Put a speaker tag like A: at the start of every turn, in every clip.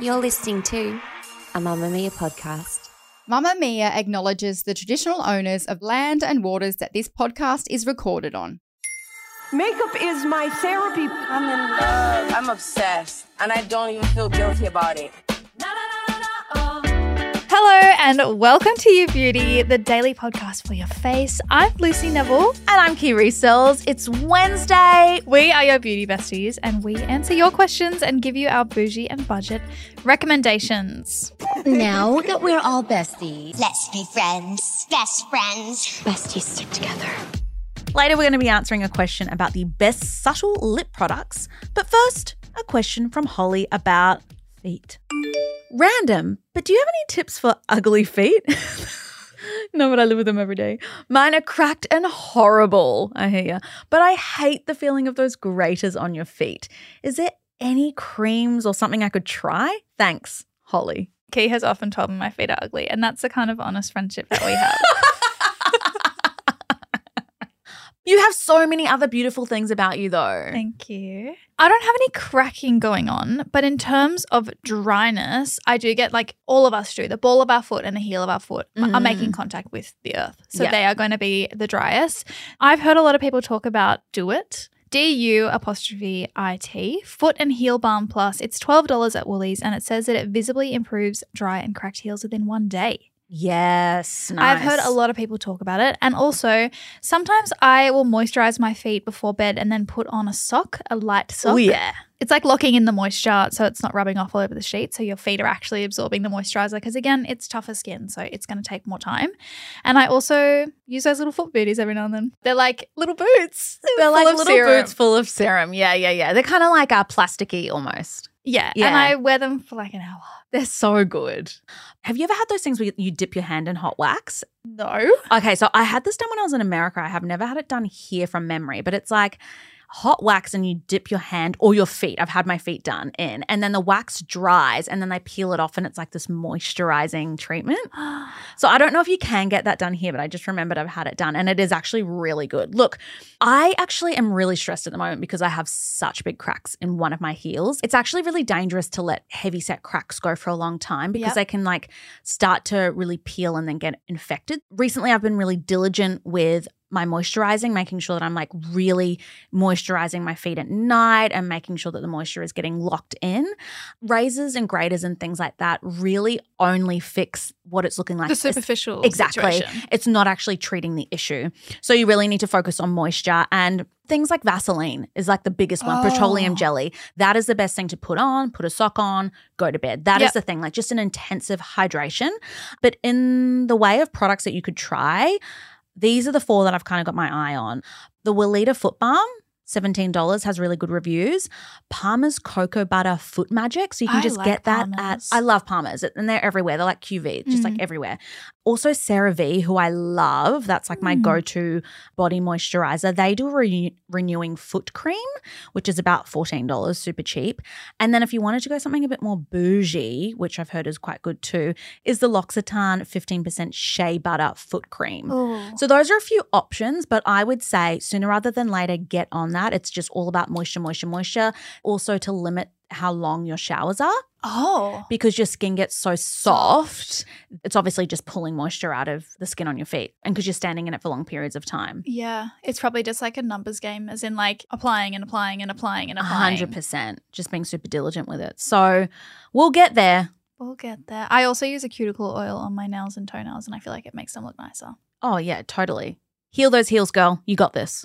A: You're listening to a Mamma Mia podcast.
B: Mamma Mia acknowledges the traditional owners of land and waters that this podcast is recorded on.
C: Makeup is my therapy.
D: I'm in love. I'm obsessed. And I don't even feel guilty about it.
E: Hello and welcome to You Beauty, the daily podcast for your face. I'm Lucy Neville.
F: And I'm Kiri Sills. It's Wednesday.
E: We are your beauty besties and we answer your questions and give you our bougie and budget recommendations.
A: Now that we're all besties,
G: Let's be friends. Best friends.
A: besties stick together.
F: Later, we're going to be answering a question about the best subtle lip products. But first, a question from Holly about feet. Random, but do you have any tips for ugly feet? no, but I live with them every day. Mine are cracked and horrible. I hear ya. But I hate the feeling of those graters on your feet. Is there any creams or something I could try? Thanks, Holly.
E: Key has often told me my feet are ugly, and that's the kind of honest friendship that we have.
F: You have so many other beautiful things about you, though.
E: Thank you. I don't have any cracking going on, but in terms of dryness, I do get like all of us do the ball of our foot and the heel of our foot are
F: Mhm.
E: making contact with the earth. So
F: Yeah.
E: they are going to be the driest. I've heard a lot of people talk about do it. D U apostrophe I T foot and heel balm plus. It's twelve dollars at Woolies, and it says that it visibly improves dry and cracked heels within one day.
F: yes,
E: I've heard a lot of people talk about it. And also, sometimes I will moisturize my feet before bed and then put on a sock, a light sock.
F: Oh, yeah.
E: It's like locking in the moisture so it's not rubbing off all over the sheet. So your feet are actually absorbing the moisturizer because, again, it's tougher skin. So it's going to take more time. And I also use those little foot booties every now and then. They're like little boots.
F: They're
E: full
F: like
E: of
F: little
E: serum.
F: boots full of serum. Yeah, yeah, yeah. They're kind of like uh, plasticky almost.
E: Yeah.
F: Yeah.
E: And I wear them for like an hour.
F: They're so good. Have you ever had those things where you dip your hand in hot wax?
E: No.
F: Okay, so I had this done when I was in America. I have never had it done here from memory, but it's like hot wax and you dip your hand or your feet. I've had my feet done in, and then the wax dries and then they peel it off and it's like this moisturizing treatment. So I don't know if you can get that done here, but I just remembered I've had it done and it is actually really good. Look, I actually am really stressed at the moment because I have such big cracks in one of my heels. It's actually really dangerous to let heavy set cracks go for a long time because
E: Yep.
F: they can like start to really peel and then get infected. Recently, I've been really diligent with my moisturizing, making sure that I'm like really moisturizing my feet at night and making sure that the moisture is getting locked in. Razors and graters and things like that really only fix what it's looking like.
E: The
F: It's-
E: superficial.
F: Exactly.
E: situation.
F: It's not actually treating the issue. So you really need to focus on moisture and things like Vaseline is like the biggest one, petroleum
E: Oh.
F: jelly. That is the best thing to put on, put a sock on, go to bed. That is
E: Yep.
F: the thing, like just an intensive hydration. But in the way of products that you could try, these are the four that I've kind of got my eye on. The Willita Foot Balm. $17 has really good reviews. Palmer's Cocoa Butter Foot Magic. So you can
E: I
F: just
E: like
F: get that
E: Palmer's. Mm.
F: at, I love Palmer's and they're everywhere. They're like QV, just like everywhere. Also, Sarah V, who I love, that's like my
E: Mm.
F: go to body moisturizer. They do a renew- renewing foot cream, which is about $14, super cheap. And then if you wanted to go something a bit more bougie, which I've heard is quite good too, is the L'Occitane 15% Shea Butter Foot Cream.
E: Ooh.
F: So those are a few options, but I would say sooner rather than later, get on that. It's just all about moisture, moisture, moisture. Also to limit how long your showers are
E: Oh.
F: because your skin gets so soft. It's obviously just pulling moisture out of the skin on your feet and because you're standing in it for long periods of time.
E: Yeah, it's probably just like a numbers game, as in like applying and applying and applying and
F: A
E: applying.
F: 100%, just being super diligent with it. So we'll get there.
E: We'll get there. I also use a cuticle oil on my nails and toenails, and I feel like it makes them look nicer.
F: Oh, yeah, totally. Heal those heels, girl. You got this.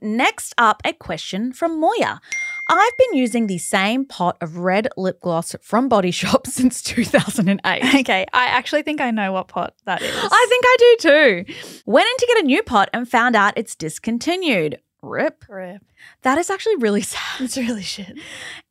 F: Next up, a question from Moya. I've been using the same pot of red lip gloss from Body Shop since 2008.
E: Okay, I actually think I know what pot that is.
F: I think I do too. Went in to get a new pot and found out it's discontinued. Rip.
E: Rip.
F: That is actually really sad.
E: It's really shit.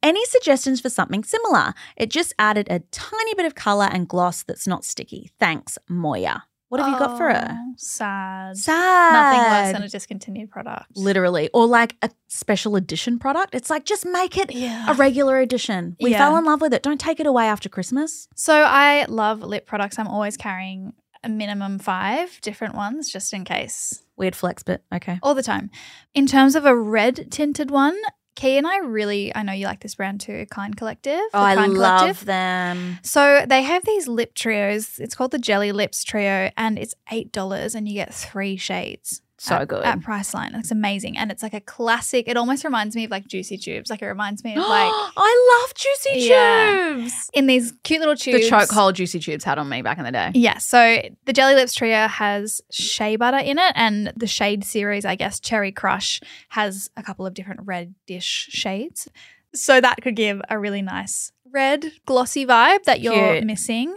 F: Any suggestions for something similar? It just added a tiny bit of color and gloss that's not sticky. Thanks, Moya. What have you got for her?
E: Oh, Sad.
F: Sad.
E: Nothing worse than a discontinued product.
F: Literally, or like a special edition product. It's like just make it
E: Yeah.
F: a regular edition. We
E: Yeah.
F: fell in love with it. Don't take it away after Christmas.
E: So I love lip products. I'm always carrying a minimum five different ones just in case,
F: Weird flex, but okay.
E: all the time. In terms of a red tinted one, Key and I really, I know you like this brand too, Kind Collective. the
F: Oh, I
E: Kind
F: love them.
E: So they have these lip trios. It's called the Jelly Lips Trio, and it's eight dollars, and you get three shades.
F: So
E: at,
F: good.
E: at Priceline. It's amazing, and it's like a classic. It almost reminds me of like Juicy Tubes. Like it reminds me of like
F: I love juicy
E: Yeah.
F: tubes.
E: in these cute little tubes.
F: The chokehold juicy tubes had on me back in the day.
E: Yeah, so the Jelly Lips Trio has shea butter in it, and the shade series, I guess, Cherry Crush, has a couple of different reddish shades. So that could give a really nice red, glossy vibe that you're
F: Cute.
E: missing.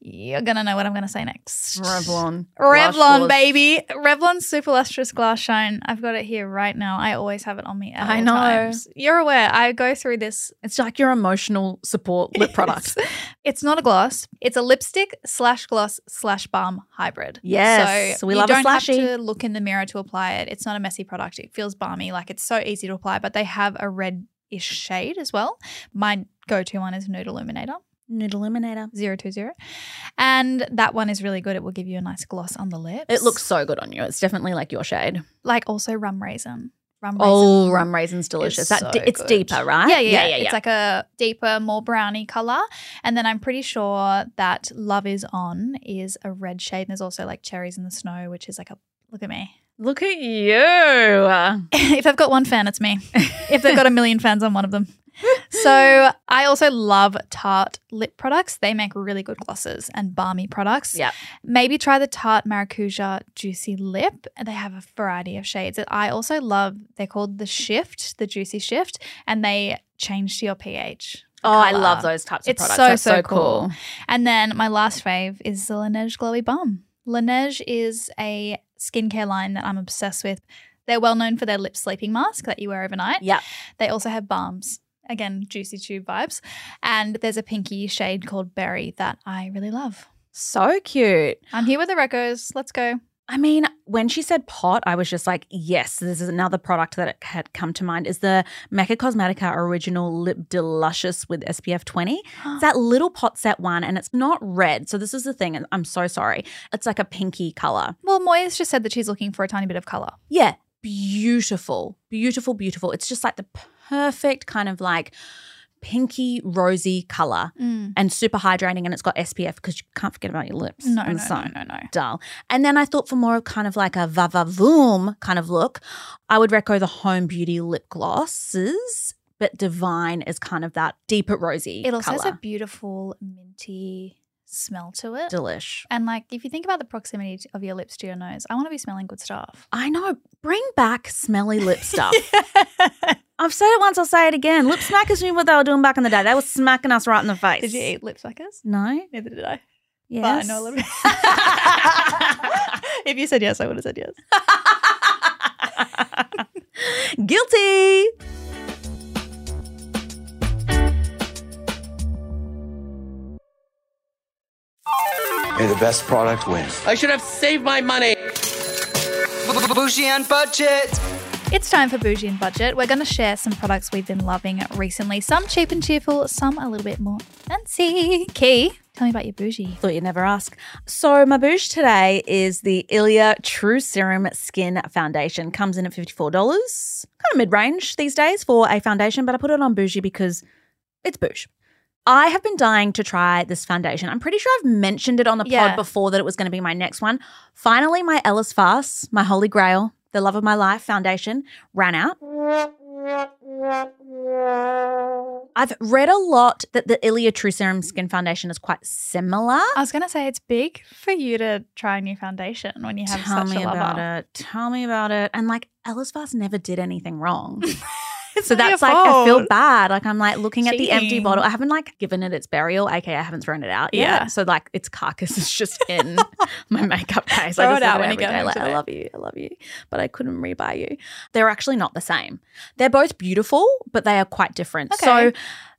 E: You're going to know what I'm going to say next.
F: Revlon.
E: Revlon,
F: baby.
E: baby. Revlon Super Lustrous Glass Shine. I've got it here right now. I always have it on me. At
F: I
E: all
F: know.
E: times. You're aware. I go through this
F: It's like your emotional support lip product.
E: It's, it's not a gloss. It's a lipstick slash gloss slash balm hybrid.
F: Yes,
E: so
F: we
E: you
F: love a
E: don't
F: slashy.
E: have to look in the mirror to apply it. It's not a messy product. It feels balmy. Like it's so easy to apply. But they have a red ish shade as well. My go to one is Nude Illuminator
F: Nude Illuminator.
E: 020, and that one is really good. It will give you a nice gloss on the lips.
F: It looks so good on you. It's definitely like your shade.
E: like also rum raisin. Rum raisin.
F: Oh, rum raisin's
E: It's
F: delicious. that
E: so
F: di- it's
E: good.
F: deeper, right?
E: Yeah, yeah, yeah, It's like a deeper, more browny color. And then I'm pretty sure that Love Is On is a red shade. And there's also like Cherries in the Snow, which is like a look at me.
F: Look at you.
E: if I've got one fan, it's me. if they've got a million fans, I'm one of them. So I also love Tarte lip products. They make really good glosses and balmy products.
F: Yep.
E: Maybe try the Tarte Maracuja Juicy Lip. They have a variety of shades. I also love, they're called the Shift, the Juicy Shift, and they change to your pH.
F: Oh, I
E: colour.
F: love those types of
E: It's
F: products.
E: so,
F: That's
E: so cool. And then my last fave is the Laneige Glowy Balm. Laneige is a skincare line that I'm obsessed with. They're well known for their lip sleeping mask that you wear overnight.
F: Yep.
E: They also have balms. Again, juicy tube vibes. And there's a pinky shade called Berry that I really love.
F: So cute.
E: I'm here with the recos. Let's go.
F: I mean, when she said pot, I was just like, yes, this is another product that it had come to mind is the Mecca Cosmetica Original Lip Delicious with SPF 20. It's that little pot set one and it's not red. So this is the thing, and I'm so sorry. It's like a pinky color.
E: Well, Moya's just said that she's looking for a tiny bit of color.
F: Yeah, beautiful, beautiful, beautiful. It's just like the perfect kind of like pinky rosy color
E: Mm.
F: and super hydrating and it's got SPF because you can't forget about your lips.
E: No,
F: in
E: no,
F: the sun.
E: no, no, no.
F: Dull. And then I thought for more of kind of like a va va voom kind of look, I would reco the Home Beauty lip glosses, but Divine is kind of that deeper rosy
E: It also
F: color.
E: has a beautiful minty smell to it.
F: delish.
E: And like, if you think about the proximity of your lips to your nose, I want to be smelling good stuff.
F: I know. Bring back smelly lip stuff. I've said it once, I'll say it again. Lip smackers knew what they were doing back in the day. They were smacking us right in the face.
E: Did you eat lip suckers?
F: No.
E: Neither did I. But
F: Yes.
E: I know a little bit. if you said yes, I would have said yes.
F: Guilty.
H: May the best product win.
I: I should have saved my money.
E: It's time for Bougie and Budget. We're going to share some products we've been loving recently. Some cheap and cheerful, some a little bit more fancy. Key, tell me about your bougie.
F: Thought you'd never ask. So my bouge today is the Ilia True Serum Skin Foundation. Comes in at fifty-four dollars, kind of mid-range these days for a foundation, but I put it on bougie because it's bouge. I have been dying to try this foundation. I'm pretty sure I've mentioned it on the
E: Yeah.
F: pod before that it was going to be my next one. Finally, my Ellis Fast, my holy grail, the love of my life foundation, ran out. I've read a lot that the Ilia True Serum Skin Foundation is quite similar.
E: I was going to say it's big for you to try a new foundation when you have
F: Tell
E: such
F: me
E: a lover.
F: about it. Tell me about it. And like Ellis Fast never did anything wrong. so
E: not your
F: that's like I feel
E: fault.
F: bad. Like I'm like looking at the empty
E: Cheating.
F: bottle. I haven't like given it its burial, aka I haven't thrown it out yet.
E: Yeah.
F: So like its carcass is just in my makeup case.
E: Throw
F: I
E: it
F: just look
E: out
F: at
E: when you
F: every
E: go
F: day,
E: home
F: like, I
E: today.
F: love you, I love you, but I couldn't rebuy you. They're actually not the same. They're both beautiful, but they are quite different. So
E: Okay.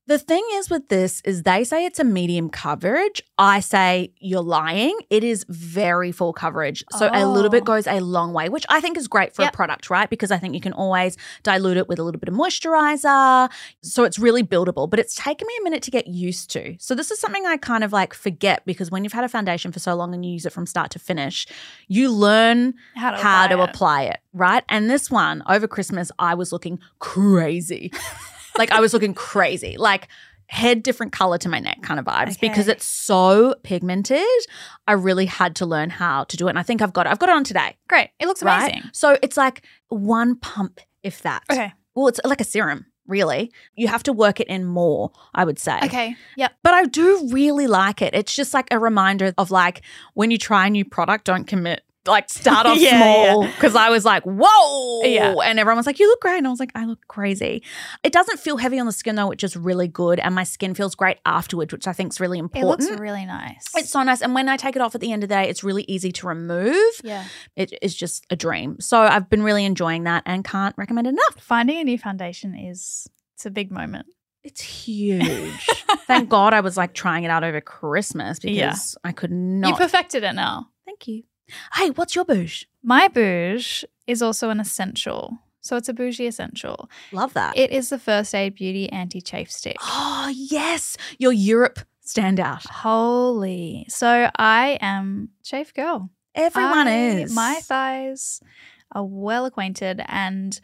F: the thing is with this is they say it's a medium coverage. I say you're lying. It is very full coverage. So a little bit
E: Oh.
F: goes a long way, which I think is great for
E: Yep.
F: a product, right? Because I think you can always dilute it with a little bit of moisturizer. So it's really buildable, but it's taken me a minute to get used to. So this is something I kind of like forget because when you've had a foundation for so long and you use it from start to finish, you learn
E: How to
F: how to
E: apply it.
F: apply it, right? And this one over Christmas, I was looking crazy. like I was looking crazy. Like head different color to my neck kind of vibes because
E: Okay.
F: it's so pigmented. I really had to learn how to do it. And I think I've got it. I've got it on today.
E: Great. It looks
F: right?
E: amazing.
F: So it's like one pump, if that.
E: Okay.
F: Well, it's like a serum, really. You have to work it in more, I would say.
E: Okay. Yep.
F: But I do really like it. It's just like a reminder of like when you try a new product, don't commit. Like start off
E: Yeah,
F: small
E: yeah.
F: because I was like, whoa,
E: Yeah.
F: and everyone was like, you look great, and I was like, I look crazy. It doesn't feel heavy on the skin though, which is really good, and my skin feels great afterwards, which I think is really
E: It looks
F: important.
E: really nice.
F: It's so nice. And when I take it off at the end of the day, it's really easy to remove.
E: yeah.
F: It is just a dream. So I've been really enjoying that and can't recommend it enough.
E: Finding a new foundation is it's a big moment.
F: It's huge. Thank God I was like trying it out over Christmas because
E: Yeah.
F: I could not.
E: You perfected it now.
F: Thank you. Hey, what's your bouge?
E: My bouge is also an essential. So it's a bougie essential.
F: Love that.
E: It is the First Aid Beauty Anti-Chafe Stick.
F: oh, yes. Your Europe standout.
E: Holy. So I am chafe girl.
F: Everyone
E: I-
F: is.
E: My thighs are well acquainted and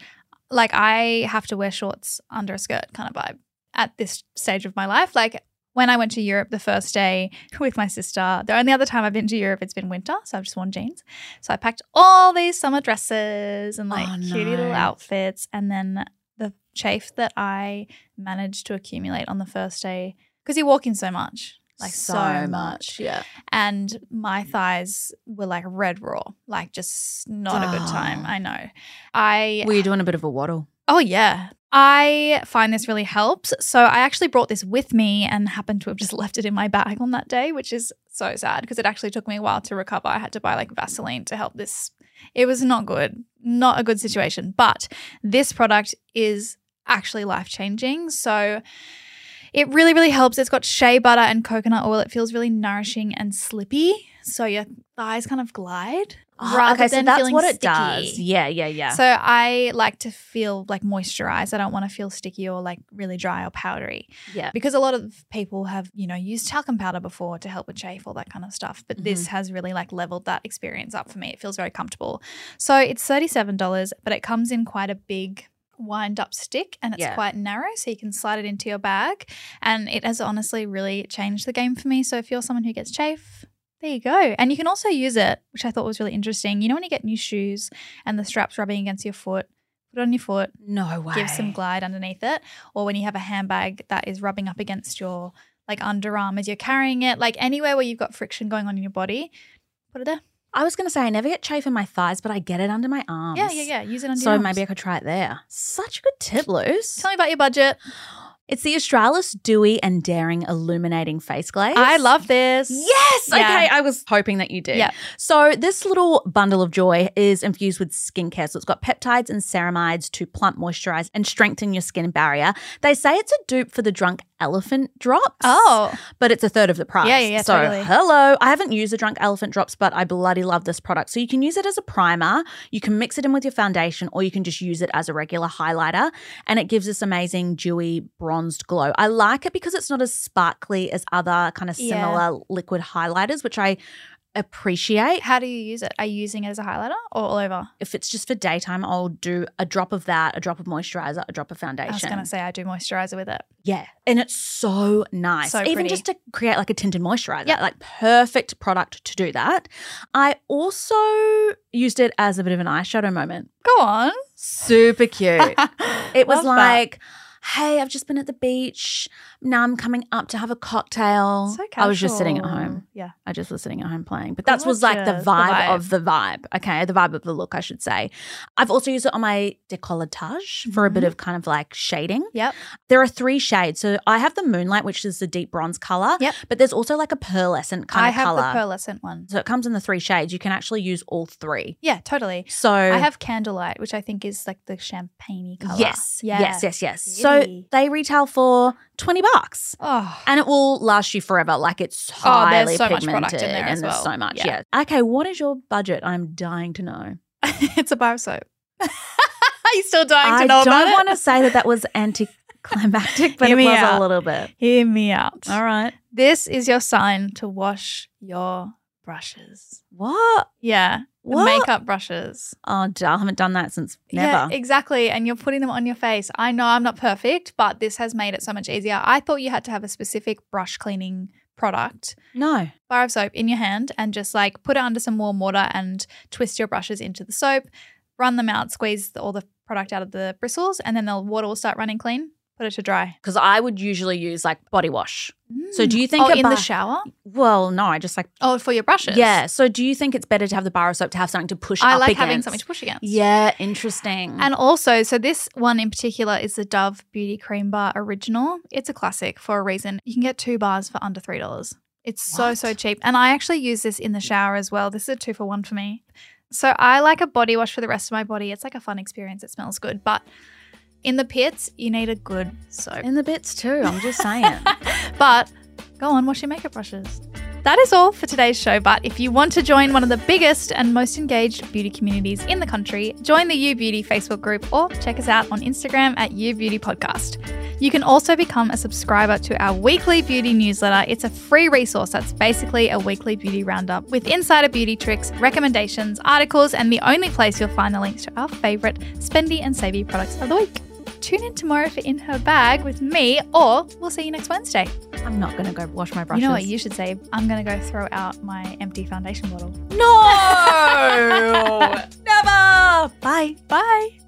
E: like I have to wear shorts under a skirt kind of vibe at this stage of my life. Like when I went to Europe the first day with my sister, the only other time I've been to Europe, it's been winter. So I've just worn jeans. So I packed all these summer dresses and like
F: Oh,
E: cute little
F: no.
E: outfits. And then the chafe that I managed to accumulate on the first day, because you walk in so much, like so, much
F: Yeah.
E: and my thighs were like red raw, like just not a good time.
F: Oh.
E: I know. I
F: Were you doing a bit of a waddle?
E: oh yeah. I find this really helps. So I actually brought this with me and happened to have just left it in my bag on that day, which is so sad because it actually took me a while to recover. I had to buy like Vaseline to help this. It was not good, not a good situation. But this product is actually life changing. So it really, really helps. It's got shea butter and coconut oil. It feels really nourishing and slippy. So your thighs kind of glide
F: Oh,
E: rather
F: okay, so
E: than
F: that's
E: feeling
F: what it
E: sticky.
F: does. Yeah, yeah, yeah.
E: So I like to feel like moisturized. I don't want to feel sticky or like really dry or powdery.
F: yeah.
E: Because a lot of people have, you know, used talcum powder before to help with chafe, all that kind of stuff. But this
F: Mm-hmm.
E: has really like leveled that experience up for me. It feels very comfortable. So it's $37, but it comes in quite a big wind up stick and it's
F: Yeah.
E: quite narrow. So you can slide it into your bag. And it has honestly really changed the game for me. So if you're someone who gets chafe, there you go. And you can also use it, which I thought was really interesting. You know, when you get new shoes and the straps rubbing against your foot, put it on your foot,
F: No way.
E: give some glide underneath it or when you have a handbag that is rubbing up against your like underarm as you're carrying it like anywhere where you've got friction going on in your body put it there
F: I was going to say, I never get chafe in my thighs, but I get it under my arms.
E: yeah yeah yeah use it under
F: So
E: your
F: maybe I
E: arms.
F: could try it there. Such a good tip, Luce.
E: tell me about your budget
F: It's the Australis Dewy and Daring Illuminating Face Glaze.
E: i love this
F: Yes.
E: Yeah.
F: Okay. I was hoping that you did.
E: Yep.
F: So this little bundle of joy is infused with skincare. So it's got peptides and ceramides to plump, moisturize, and strengthen your skin barrier. They say it's a dupe for the drunk elephant drops.
E: oh
F: But it's a third of the price.
E: Yeah, yeah, yeah,
F: So
E: totally.
F: hello. I haven't used the drunk elephant drops, but I bloody love this product. So you can use it as a primer, you can mix it in with your foundation, or you can just use it as a regular highlighter. And it gives this amazing dewy bronzed glow. I like it because it's not as sparkly as other kind of
E: Yeah.
F: similar liquid highlighters, which I appreciate.
E: How do you use it? Are you using it as a highlighter or all over?
F: If it's just for daytime, I'll do a drop of that, a drop of moisturizer, a drop of foundation.
E: I was going to say I do moisturizer with it.
F: Yeah. And it's so nice.
E: So
F: Even
E: pretty.
F: just to create like a tinted moisturizer,
E: Yep.
F: like perfect product to do that. I also used it as a bit of an eyeshadow moment.
E: Go on.
F: Super cute. it was
E: Love that.
F: like, hey, I've just been at the beach. Now I'm coming up to have a cocktail.
E: So
F: I was just sitting at home.
E: Yeah.
F: I just was sitting at home playing. But that was like the
E: Gorgeous.
F: vibe,
E: The vibe.
F: of the vibe. Okay. The vibe of the look, I should say. I've also used it on my decolletage for a bit
E: Mhm.
F: of kind of like shading.
E: Yep.
F: There are three shades. So I have the moonlight, which is the deep bronze color.
E: Yep.
F: But there's also like a pearlescent kind
E: I
F: of
E: have
F: color.
E: the pearlescent one.
F: so it comes in the three shades. You can actually use all three.
E: Yeah, totally.
F: So
E: I have candlelight, which I think is like the champagne color.
F: Yes.
E: Yeah.
F: Yes, yes, yes.
E: Beauty.
F: So they retail for 20 bucks.
E: Oh,
F: And it will last you forever. Like it's
E: Oh, there's
F: highly
E: so much
F: pigmented
E: product in there
F: and
E: as
F: there's
E: well.
F: so much.
E: Yeah.
F: Yeah. Okay, what is your budget? I'm dying to know.
E: it's a bar of soap. Are you still dying to
F: I
E: know about
F: don't want to
E: it?
F: say that that was anticlimactic, but
E: Hear
F: it
E: me
F: was
E: out.
F: a little bit.
E: Hear me out.
F: All right.
E: This is your sign to wash your brushes.
F: What?
E: Yeah. The
F: What?
E: makeup brushes.
F: Oh, d- I haven't done that since
E: Yeah,
F: never.
E: exactly. And you're putting them on your face. I know I'm not perfect, but this has made it so much easier. I thought you had to have a specific brush cleaning product,
F: no.
E: bar of soap in your hand, and just like put it under some warm water and twist your brushes into the soap, run them out, squeeze the- all the product out of the bristles, and then the water will start running clean. Put it to dry.
F: Because I would usually use like body wash. So
E: Mm.
F: do you think
E: oh, in the
F: about-
E: shower?
F: Well, no, I just like
E: Oh, for your brushes.
F: Yeah. So do you think it's better to have the bar of soap to have something to push
E: I
F: up
E: like having
F: against?
E: something to push against.
F: Yeah, interesting.
E: And also, so this one in particular is the Dove Beauty Cream Bar Original. It's a classic for a reason. You can get two bars for under $3. It's so, so cheap. And I actually use this in the shower as well. This is a two for one for me. So I like a body wash for the rest of my body. It's like a fun experience. It smells good. But in the pits, you need a good soap.
F: in the bits too, I'm just saying.
E: But go on, wash your makeup brushes. That is all for today's show. But if you want to join one of the biggest and most engaged beauty communities in the country, join the You Beauty Facebook group or check us out on Instagram at You Beauty Podcast. You can also become a subscriber to our weekly beauty newsletter. It's a free resource that's basically a weekly beauty roundup with insider beauty tricks, recommendations, articles, and the only place you'll find the links to our favorite spendy and savvy products of the week. Tune in tomorrow for In Her Bag with me, or we'll see you next Wednesday.
F: I'm not gonna go wash my brushes.
E: You know what you should say? I'm going to go throw out my empty foundation bottle.
F: No Never Bye.
E: Bye.